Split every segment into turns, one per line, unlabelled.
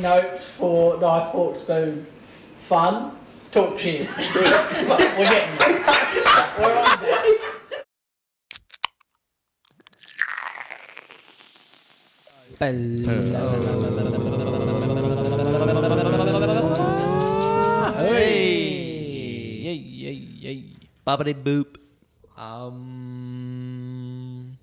notes for Knife Fork Spoon fun. Talk shit. We're getting there. We're on there.
Hey. Yay, yay, yay.
Bobbity boop.
Um,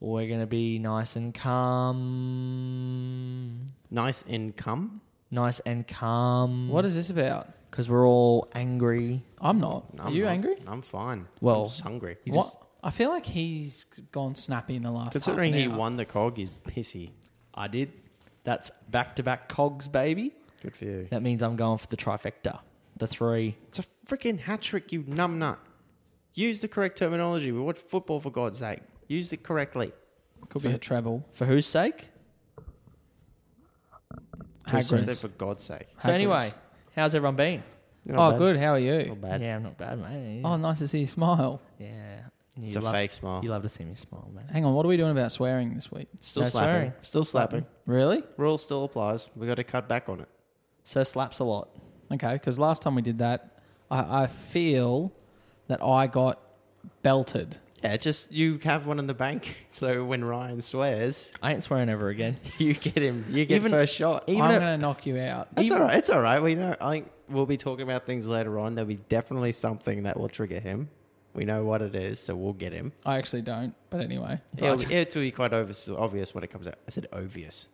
we're gonna be nice and calm,
Nice income.
nice and calm.
What is this about?
Because we're all angry.
I'm not. Are
I'm
you
not-
angry?
I'm fine.
Well,
I'm just hungry.
you
What?
just-
I feel like he's gone snappy in the last.
Considering
half
he
an hour.
won the cog, he's pissy.
I did. That's back to back cogs, baby.
Good for you.
That means I'm going for the trifecta, the three.
It's a freaking hat trick, you numbnut. Use the correct terminology. We watch football for God's sake. Use it correctly.
could be a treble.
For whose sake?
Just
Hagrid's.
said for God's sake.
So
Hagrid's.
anyway, how's everyone been?
Oh, good. How are you?
Not bad.
Yeah, I'm not bad, mate.
Oh, nice to see you smile.
yeah. You
It's a
love-
fake smile.
You love to see me smile, man.
Hang on, what are we doing about swearing this week?
Still
No
slapping.
swearing.
Still slapping.
Really?
Rule still applies. We got to cut back on it.
So slaps a lot.
Okay, because last time we did that, I, I feel that I got belted.
Yeah, it's just you have one in the bank, so when Ryan swears,
I ain't swearing ever again.
you get him. You get
Even-
first shot.
Even
I'm
if-
going to knock you out.
That's
even-
all right. It's all right. We know. I think we'll be talking about things later on. There'll be definitely something that will trigger him. We know what it is, so we'll get him.
I actually don't, but anyway.
It'll, be- it'll be quite obvious, obvious when it comes out. I said obvious.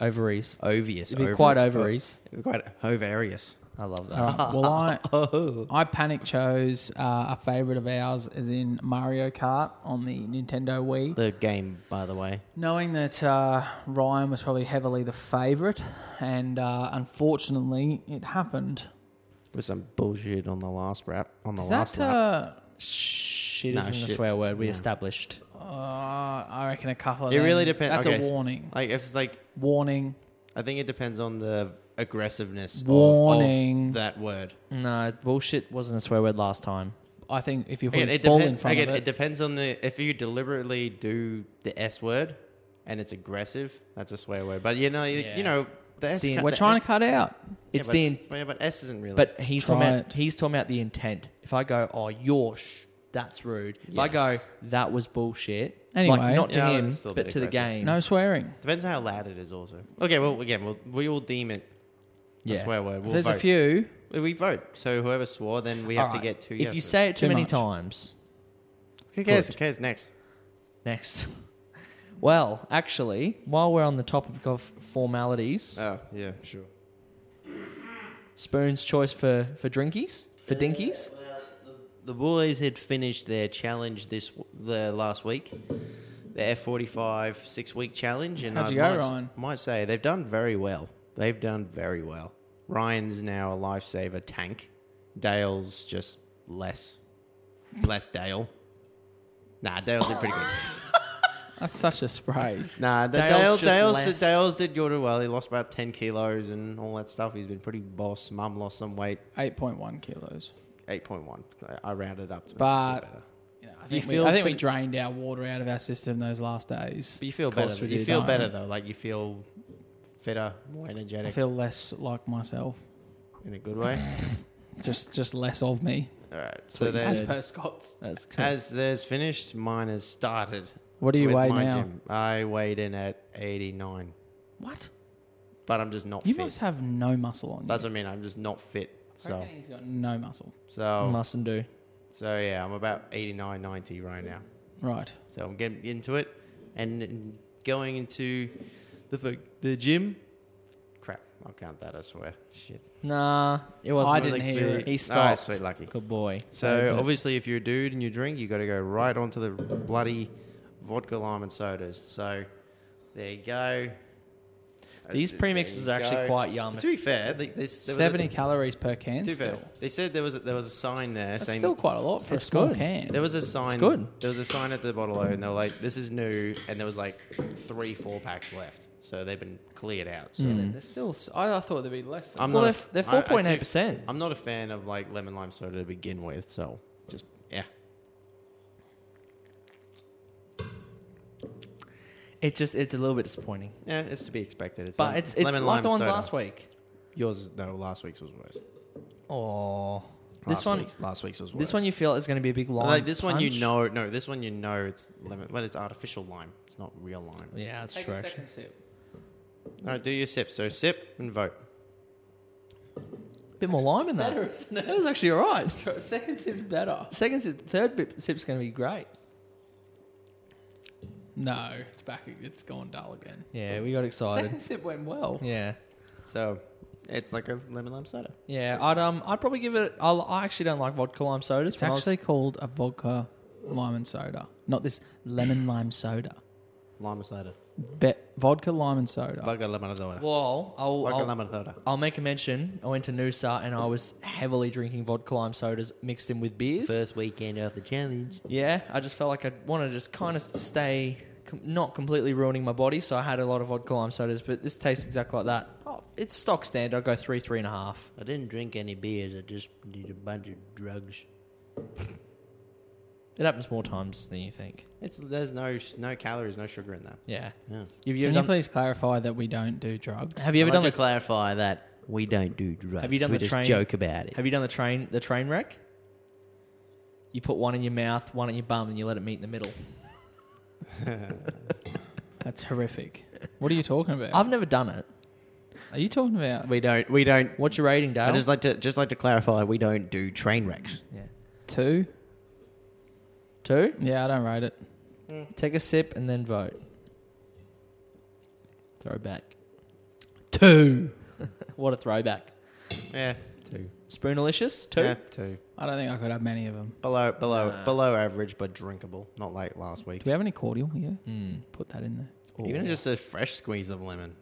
Ovaries.
Obvious.
It'd be
ov-
quite ovaries.
uh, Quite ovarious.
I love that.
All right, well, I,
Oh.
I panic chose uh, a favourite of ours, as in Mario Kart on the Nintendo Wii.
The game, by the way.
Knowing that uh, Ryan was probably heavily the favourite, and uh, unfortunately, it happened.
With some bullshit on the last rap. On the
Is
last
that?
lap.
Uh,
Shit
No,
isn't a
shit.
swear word. We
Yeah.
established.
uh, I reckon a couple of.
It
them.
really depends.
That's
okay,
a
so,
warning.
Like if it's like,
Warning.
I think it depends on the aggressiveness. of- Of,
Warning.
that word.
No, bullshit wasn't a swear word last time.
I think if you put
Again,
a
it,
ball
depen-
in front
again,
of
it
it,
depends on the if you deliberately do the S word and it's aggressive. That's a swear word. But you know, you,
Yeah.
you know, the S.
See,
ca-
we're
the
trying
S-
to cut out.
Yeah,
It's
but
the
s-
in-
yeah, but S isn't really.
but he's talking
Try
about
it.
he's talking about the intent. If I go, oh you're sh- that's rude. If I go,
Yes.
that was bullshit.
Anyway.
like, not to
Yeah,
him,
that's still a
but
bit
to the
aggressive.
game.
No swearing.
depends on how loud it is. Also, okay. Well, again, we'll, we will deem it
Yeah.
a swear word. We'll
There's
vote.
a few.
We vote. So whoever swore, then we have to
Alright.
get two.
If
yeses.
you say it too,
Too
many
much.
times,
who cares? Who cares? Next.
next. well, actually, while we're on the topic of formalities,
Oh yeah, sure.
Spoon's choice for for drinkies for dinkies.
The boys had finished their challenge this the last week, the F forty five six week challenge, and
How'd
I
you go,
might,
Ryan?
might say they've done very well. They've done very well. Ryan's now a lifesaver tank. Dale's just less, less Dale. Nah, Dale did pretty good.
That's such a spray.
nah, the Dale,
Dale's just
Dale's,
less.
Dale's did good well. He lost about ten kilos and all that stuff. He's been pretty boss. Mum lost some weight,
8.1 kilos.
eight point one. I rounded up to make
But-
it feel better.
You know, I
Do you
think, we,
feel
I think
for-
we drained our water out of our system those last days.
But you feel
Of course
better.
we
You
do,
feel
don't
better
we?
though. Like you feel fitter, more
I
energetic,
feel less like myself.
in a good way.
Just just less of me.
All right. So
Please.
As
then,
Said-
per Scott's.
That's cool.
as theirs finished, mine has started.
What do you
with
weigh
my
now?
gym. I weighed in at eighty nine,
What?
but I'm just not
You
fit.
must have no muscle on you.
That's what I mean. I'm just not fit.
I
So
reckon he's got no muscle.
so
Mustn't do.
so yeah. I'm about 89, 90 right now.
Right.
So I'm getting into it, and going into the fu- the gym. Crap! I'll count that. I swear. Shit.
Nah, it wasn't.
I didn't hear it.
He
All right,
stopped.
sweet lucky.
Good boy.
So uh, obviously, if you're a dude and you drink, you got to go right onto the bloody vodka lime and sodas. So there you go.
These
Uh,
premixes
there
are
you
actually
go.
quite yum.
To be fair, the- this, there was a-
70 calories per can
to be
still.
fair, they said there was a, there was a sign there
That's
saying
still quite a lot for
It's
a small
good.
can.
there was a sign.
good.
There was a sign at the bottle O, and they were like, "This is new," and there was like three, four packs left, so they've been cleared out. So
There's still... s- I, I thought there'd be less than
I'm
Hmm. Well,
not. a
they're f- they're
f- I- I do-
4.8%.
I'm not a fan of like lemon lime soda to begin with, so just yeah.
It just it's a little bit disappointing.
Yeah, it's to be expected. It's
But
lem-
it's it's,
lemon
like
lime
the ones
soda.
last week.
Yours is, no, last week's was worse.
Oh,
Last
this one
week's, last week's was worse.
this one you feel is going to be a big lime.
like this one you
punch.
know no this one you know it's lemon well it's artificial lime it's not real lime.
Yeah, that's
Take
true.
a
actually.
second sip.
All right, do your sip. So sip and vote.
bit more lime in that.
Better, isn't
That
it?
was actually all right.
Second sip's better.
Second sip, third bit, sip's going to be great.
No, it's back. It's gone dull again.
Yeah, we got
Second
excited.
sip went well.
Yeah,
So it's like a lemon lime soda.
yeah. I'd um, I'd probably give it. I'll, I actually don't like vodka lime sodas.
It's
when I was-
actually called a vodka lime and soda, not this lemon lime soda.
Lime soda.
Bet vodka lime and soda.
Vodka lemon soda.
well, I'll,
Vodka
I'll,
lemon soda.
I'll make a mention. I went to Noosa and I was heavily drinking vodka lime sodas mixed in with beers.
First weekend of the challenge.
Yeah, I just felt like I want to just kind of stay, com- not completely ruining my body. So I had a lot of vodka lime sodas, but this tastes exactly like that. Oh, it's stock standard. I go three, three and a half.
I didn't drink any beers. I just did a bunch of drugs.
It happens more times than you think.
It's there's no no calories, no sugar in that.
Yeah.
Yeah.
Have you
Can
ever
you
done?
please clarify that we don't do drugs?
Have you ever
I'd
done
like
the?
to clarify that we don't do drugs.
Have you done
we
the
just
train-
joke about it?
Have you done the train? The train wreck. You put one in your mouth, one in your bum, and you let it meet in the middle.
That's horrific. What are you talking about?
I've never done it.
are you talking about?
we don't. We don't.
What's your rating, Dale?
I just like to just like to clarify. We don't do train wrecks.
yeah.
Two?
Two.
Yeah, I don't rate it.
Take a sip and then vote. Throwback.
Two.
What a throwback.
Yeah, two.
Spoonalicious. Two.
Yeah, two.
I don't think I could have many of them.
Below, below,
Nah.
below average, but drinkable. Not like last week.
Do we have any cordial? Yeah,
Mm.
put that in there.
Even
Ooh.
just a fresh squeeze of lemon,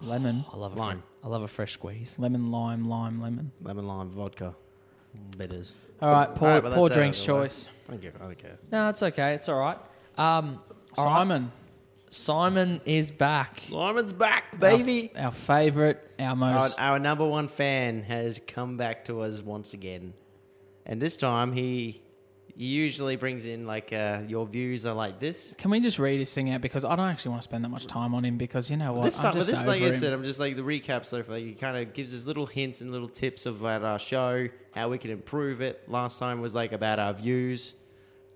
Lemon,
I love a
Lime.
fre- I love a fresh squeeze.
lemon, lime, lime, lemon.
lemon lime vodka, bitters.
All right, poor,
Alright, well,
poor
that's out of
drinks
the way.
choice.
I don't care. I don't care.
No, it's okay. It's all right. Um, all right.
Simon,
Simon is back.
Lyman's back, baby.
our favourite, our
Our,
most.
our number one fan has come back to us once again, and this time he he usually brings in like uh, your views are like this.
Can we just read his thing out because I don't actually want to spend that much time on him because you know what?
this
I'm
time,
just
but this
over
like I
him.
said, I'm just like the recap so far. He kind of gives us little hints and little tips about our show, how we can improve it. Last time was like about our views.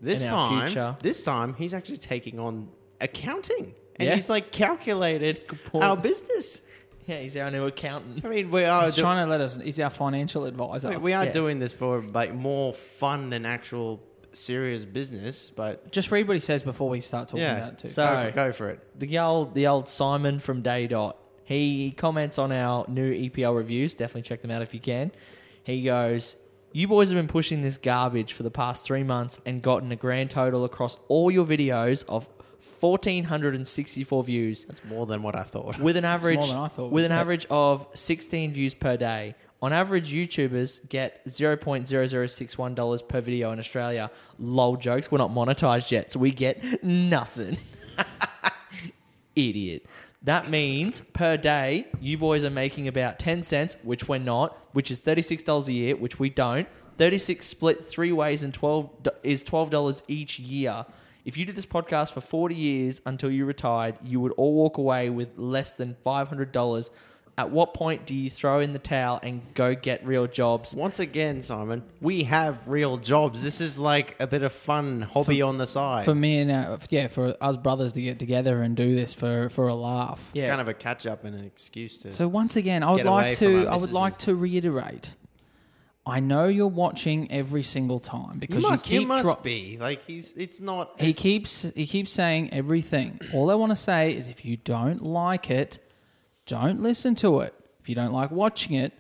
This
And our
time,
future.
this time he's actually taking on accounting, and
Yeah.
he's like calculated
point.
our business.
Yeah, he's our new accountant.
I mean, we oh, are
He's
do-
trying to let us. He's our financial advisor.
we are
Yeah.
doing this for like more fun than actual serious business, but
just read what he says before we start talking
yeah,
about it too.
So-
go, for, go for it.
The old the old Simon from Day Dot. He comments on our new EPL reviews. Definitely check them out if you can. He goes, "You boys have been pushing this garbage for the past three months and gotten a grand total across all your videos of 1,464 views.
That's more than what I thought.
with an average
than I thought.
with an
But-
average of 16 views per day. On average, YouTubers get 0.0061 dollars per video in Australia. Lol jokes. We're not monetized yet, so we get nothing. Idiot. That means per day, you boys are making about 10 cents, which we're not, which is $36 a year, which we don't. 36 split three ways and 12 do- is $12 each year. If you did this podcast for 40 years until you retired, you would all walk away with less than $500. At what point do you throw in the towel and go get real jobs?
Once again, Simon, we have real jobs. This is like a bit of fun hobby on the side.
for me and uh, yeah, for us brothers to get together and do this for for a laugh.
it's
Yeah.
kind of a catch up and an excuse to.
So once again, I would
Get away
like
from
to
our
I would like
missuses.
to reiterate. I know you're watching every single time
you
because you,
must,
keep
you must
dro-
be like he's. It's not.
he
it's-
keeps he keeps saying everything. All I want to say is if you don't like it, don't listen to it. If you don't like watching it,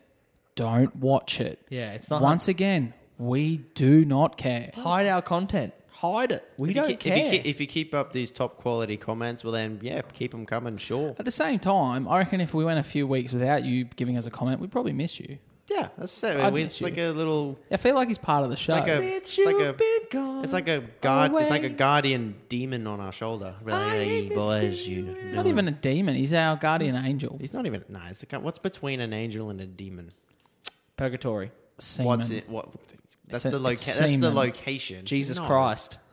don't watch it.
Yeah, it's not
Once again, we do not care.
hide our content. Hide it. We
if you
don't
keep-
care.
If you, keep, if you keep up these top quality comments, well then, yeah, keep them coming. Sure.
At the same time, I reckon if we went a few weeks without you giving us a comment, we'd probably miss you.
Yeah, that's it.
I'd
it's
miss you.
like a little.
I feel like he's part of the show.
like a-
Since
it's like
you've
a-
been gone
It's like a guard. It's like a
away.
guardian demon on our shoulder. Really,
miss
boys,
you.
you.
not even a demon. He's our guardian angel.
He's not even. Nah, it's like, what's between an angel and a demon?
Purgatory.
Semen.
What's it? What? That's
a-
the loca-
it's
That's the
semen.
location.
Jesus
No.
Christ.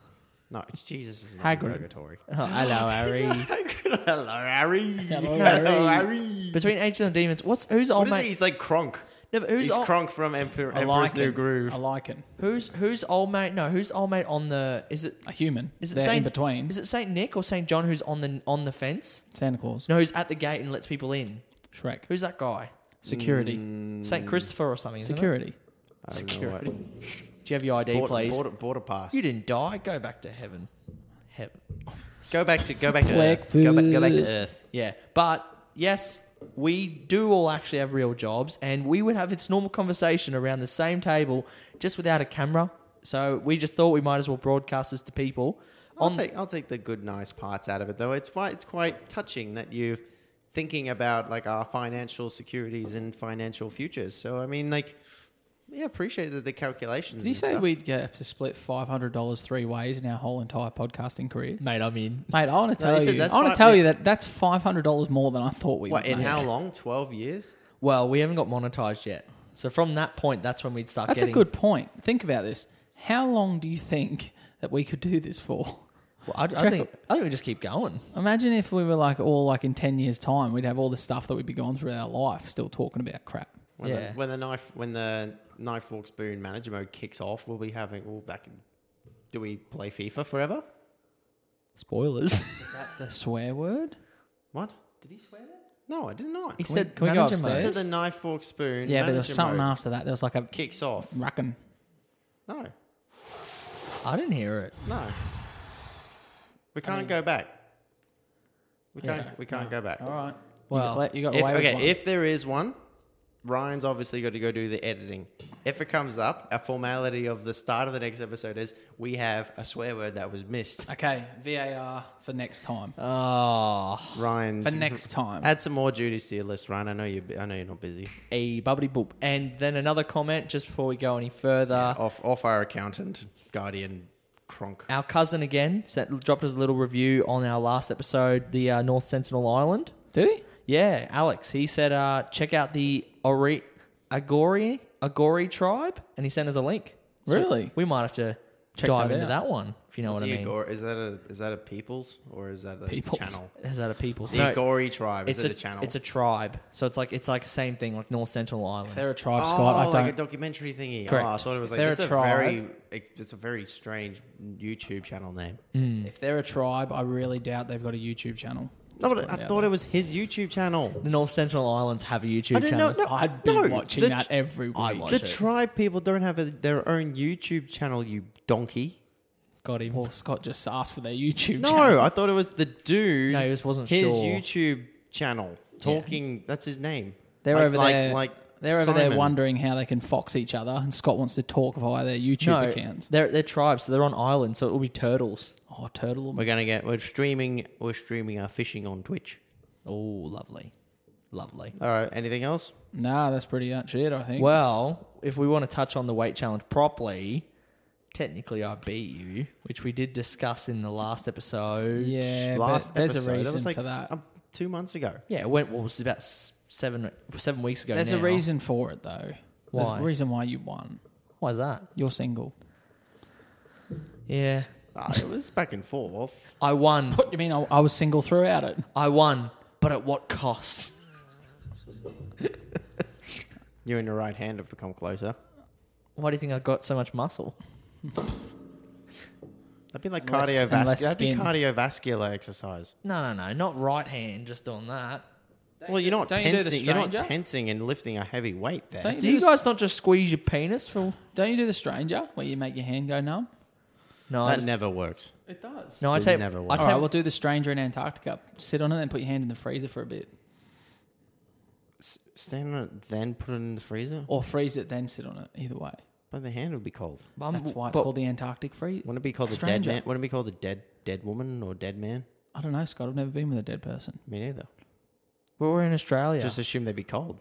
No, Jesus is not in
Hagrid.
purgatory.
Oh, hello, Harry.
Hello, Harry.
Hello, Harry. Oh,
Harry.
Between angels and demons, what's who's
What
old
is he?
mate?
He's like Kronk.
No, but who's
He's
old,
Kronk from Emperor,
I
Emperor's
like
New
it.
Groove.
I like it.
who's who's old mate? No, who's old mate on the? Is it
A human.
is it
They're
Saint
in between.
Is it Saint Nick or Saint John who's on the on the fence?
Santa Claus.
No, who's at the gate and lets people in.
Shrek.
Who's that guy?
Security.
Hmm.
Saint Christopher or something. Isn't It?
Security.
Mm, I don't know
Security.
what-
Do you have your ID,
Border,
please?
border, border pass.
You didn't die. Go back to heaven. Heaven.
Go back to go back to
Black
Earth. Go back, go back
food.
to Earth.
Yeah, but yes, we do all actually have real jobs, and we would have its normal conversation around the same table, just without a camera. So we just thought we might as well broadcast this to people.
I'll
On
take I'll take the good nice parts out of it though. It's quite it's quite touching that you're thinking about like our financial securities and financial futures. So I mean like yeah, appreciate the, the calculations.
Did he
and
say
stuff.
we'd have to split five hundred dollars three ways in our whole entire podcasting career?
mate, I'm in.
Mate, I want to
he
tell
said
you.
that's
I want
fine.
to tell you that that's five hundred dollars more than I thought we.
what
would
in
make.
how long? Twelve years?
Well, we haven't got monetized yet, so from that point, that's when we'd start
That's
getting.
a good point. Think about this. How long do you think that we could do this for?
Well, I, I think I think we just keep going.
Imagine if we were like all like in ten years' time, we'd have all the stuff that we'd be going through our life still talking about crap.
When,
Yeah.
the, when the knife when the knife fork spoon manager mode kicks off, we'll be having all back. In, do we play FIFA forever?
Spoilers.
The swear word?
What did he swear that? No, I did not.
he
He
we-
said,
can we go
manager mode.
upstairs?
said the knife fork spoon.
Yeah, but there was
manager
something
mode
after that. There was like a
kicks off.
reckon.
No,
I didn't hear it.
no. We can't go back. We can't. we can't go back.
All right.
Well,
Well, you got,
If,
away with one.
okay, if there is one, Ryan's obviously got to go do the editing. If it comes up, a formality of the start of the next episode is we have a swear word that was missed.
okay, VAR for next time.
Oh,
Ryan's
For next time.
Add some more duties to your list, Ryan. I know you. I know you're not busy.
a bubbly boop. And then another comment just before we go any further.
off, off our accountant, guardian, cronk.
Our cousin again sent, dropped us a little review on our last episode, the uh, North Sentinel Island.
Did he?
Yeah, Alex. He said, uh, check out the Ori- Agori Agori tribe, and he sent us a link. So
Really?
we might have to
Check
dive
that
into
out.
that one if you know what I
Is he a
mean.
Gor- is that a is that a people's or is that a
Peoples.
channel?
Is that a people's?
The Gory tribe. Is it a, channel?
It's a tribe, so it's like it's like the same thing, like North Sentinel Island.
They're a tribe,
oh,
Scott. I don't.
like a documentary thingy.
Correct.
Oh, I thought it was
If
like
they're
it's
a
a, very
tribe-
it's a very strange YouTube channel name.
Mm. If they're a tribe, I really doubt they've got a YouTube channel.
No, but I thought it was his YouTube channel.
the North Sentinel Islands have a YouTube
I didn't
channel.
know. No,
I'd be
no,
watching
the
that
tr-
every week.
I watch
The
it.
tribe people don't have a, their own YouTube channel. You donkey.
Got him.
Well, Scott just asked for their YouTube channel.
No, I thought it was the dude.
No, he just wasn't
his
sure.
YouTube channel talking. That's his name.
They're
like,
over
like,
there.
Like
they're over there
Simon.
wondering how they can fox each other, and Scott wants to talk via their YouTube
No,
accounts.
they're they're tribes, so they're on islands, so it will be turtles.
Oh, turtle!
We're gonna get. We're streaming. We're streaming our fishing on Twitch.
Oh, lovely, lovely.
All right. Anything else?
Nah, that's pretty much it. I think.
Well, if we want to touch on the weight challenge properly, technically I beat you, which we did discuss in the last episode.
yeah,
Last
but there's
episode.
a reason
that was like
for that.
um, two months ago.
yeah. It went what was it, about s- seven seven weeks ago.
There's a
now.
reason for it, though.
Why?
There's a reason why you won.
Why's that?
You're single.
Yeah,
Ah, it was back and forth.
I won.
What do you mean? I, I was single throughout it.
I won, but at what cost?
You and your right hand have become closer.
Why do you think I got so much muscle?
That'd be like
And less- and
cardiovascular.
less
That'd be
skin.
cardiovascular exercise.
No, no, no, not right hand. Just on that.
well, you're not
don't you do the
tensing. You are not
stranger?
tensing and lifting a heavy weight there.
Don't
Do
do
you
this-
guys not just squeeze your penis for?
Don't you do the stranger where you make your hand go numb?
No, I
that
just-
never worked.
It does.
no. I
It
take.
never
I
All
works.
take
right, we'll do the stranger in Antarctica. Sit on it and put your hand in the freezer for a bit,
S- Stand on it, then put it in the freezer.
or freeze it then sit on it. Either way,
But the hand would be cold.
Bum-
that's why it's
but-
called the Antarctic freeze.
Wouldn't it be called the dead
Stranger.
man? Wouldn't it be called the dead dead woman or dead man?
I don't know, Scott. I've never been with a dead person.
Me neither.
But we're in Australia.
Just assume they'd be cold.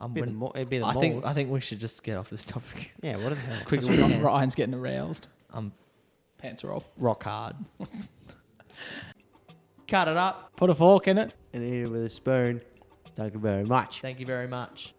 I'm
It'd be the,
win-
mo- it'd be the
I
mold.
think I think we should just get off this topic.
yeah, what are the hell?
Quick,
Ryan's getting aroused.
I'm
Pants are off.
rock hard. Cut it up.
Put a fork in it.
And eat it with a spoon. Thank you very much.
Thank you very much.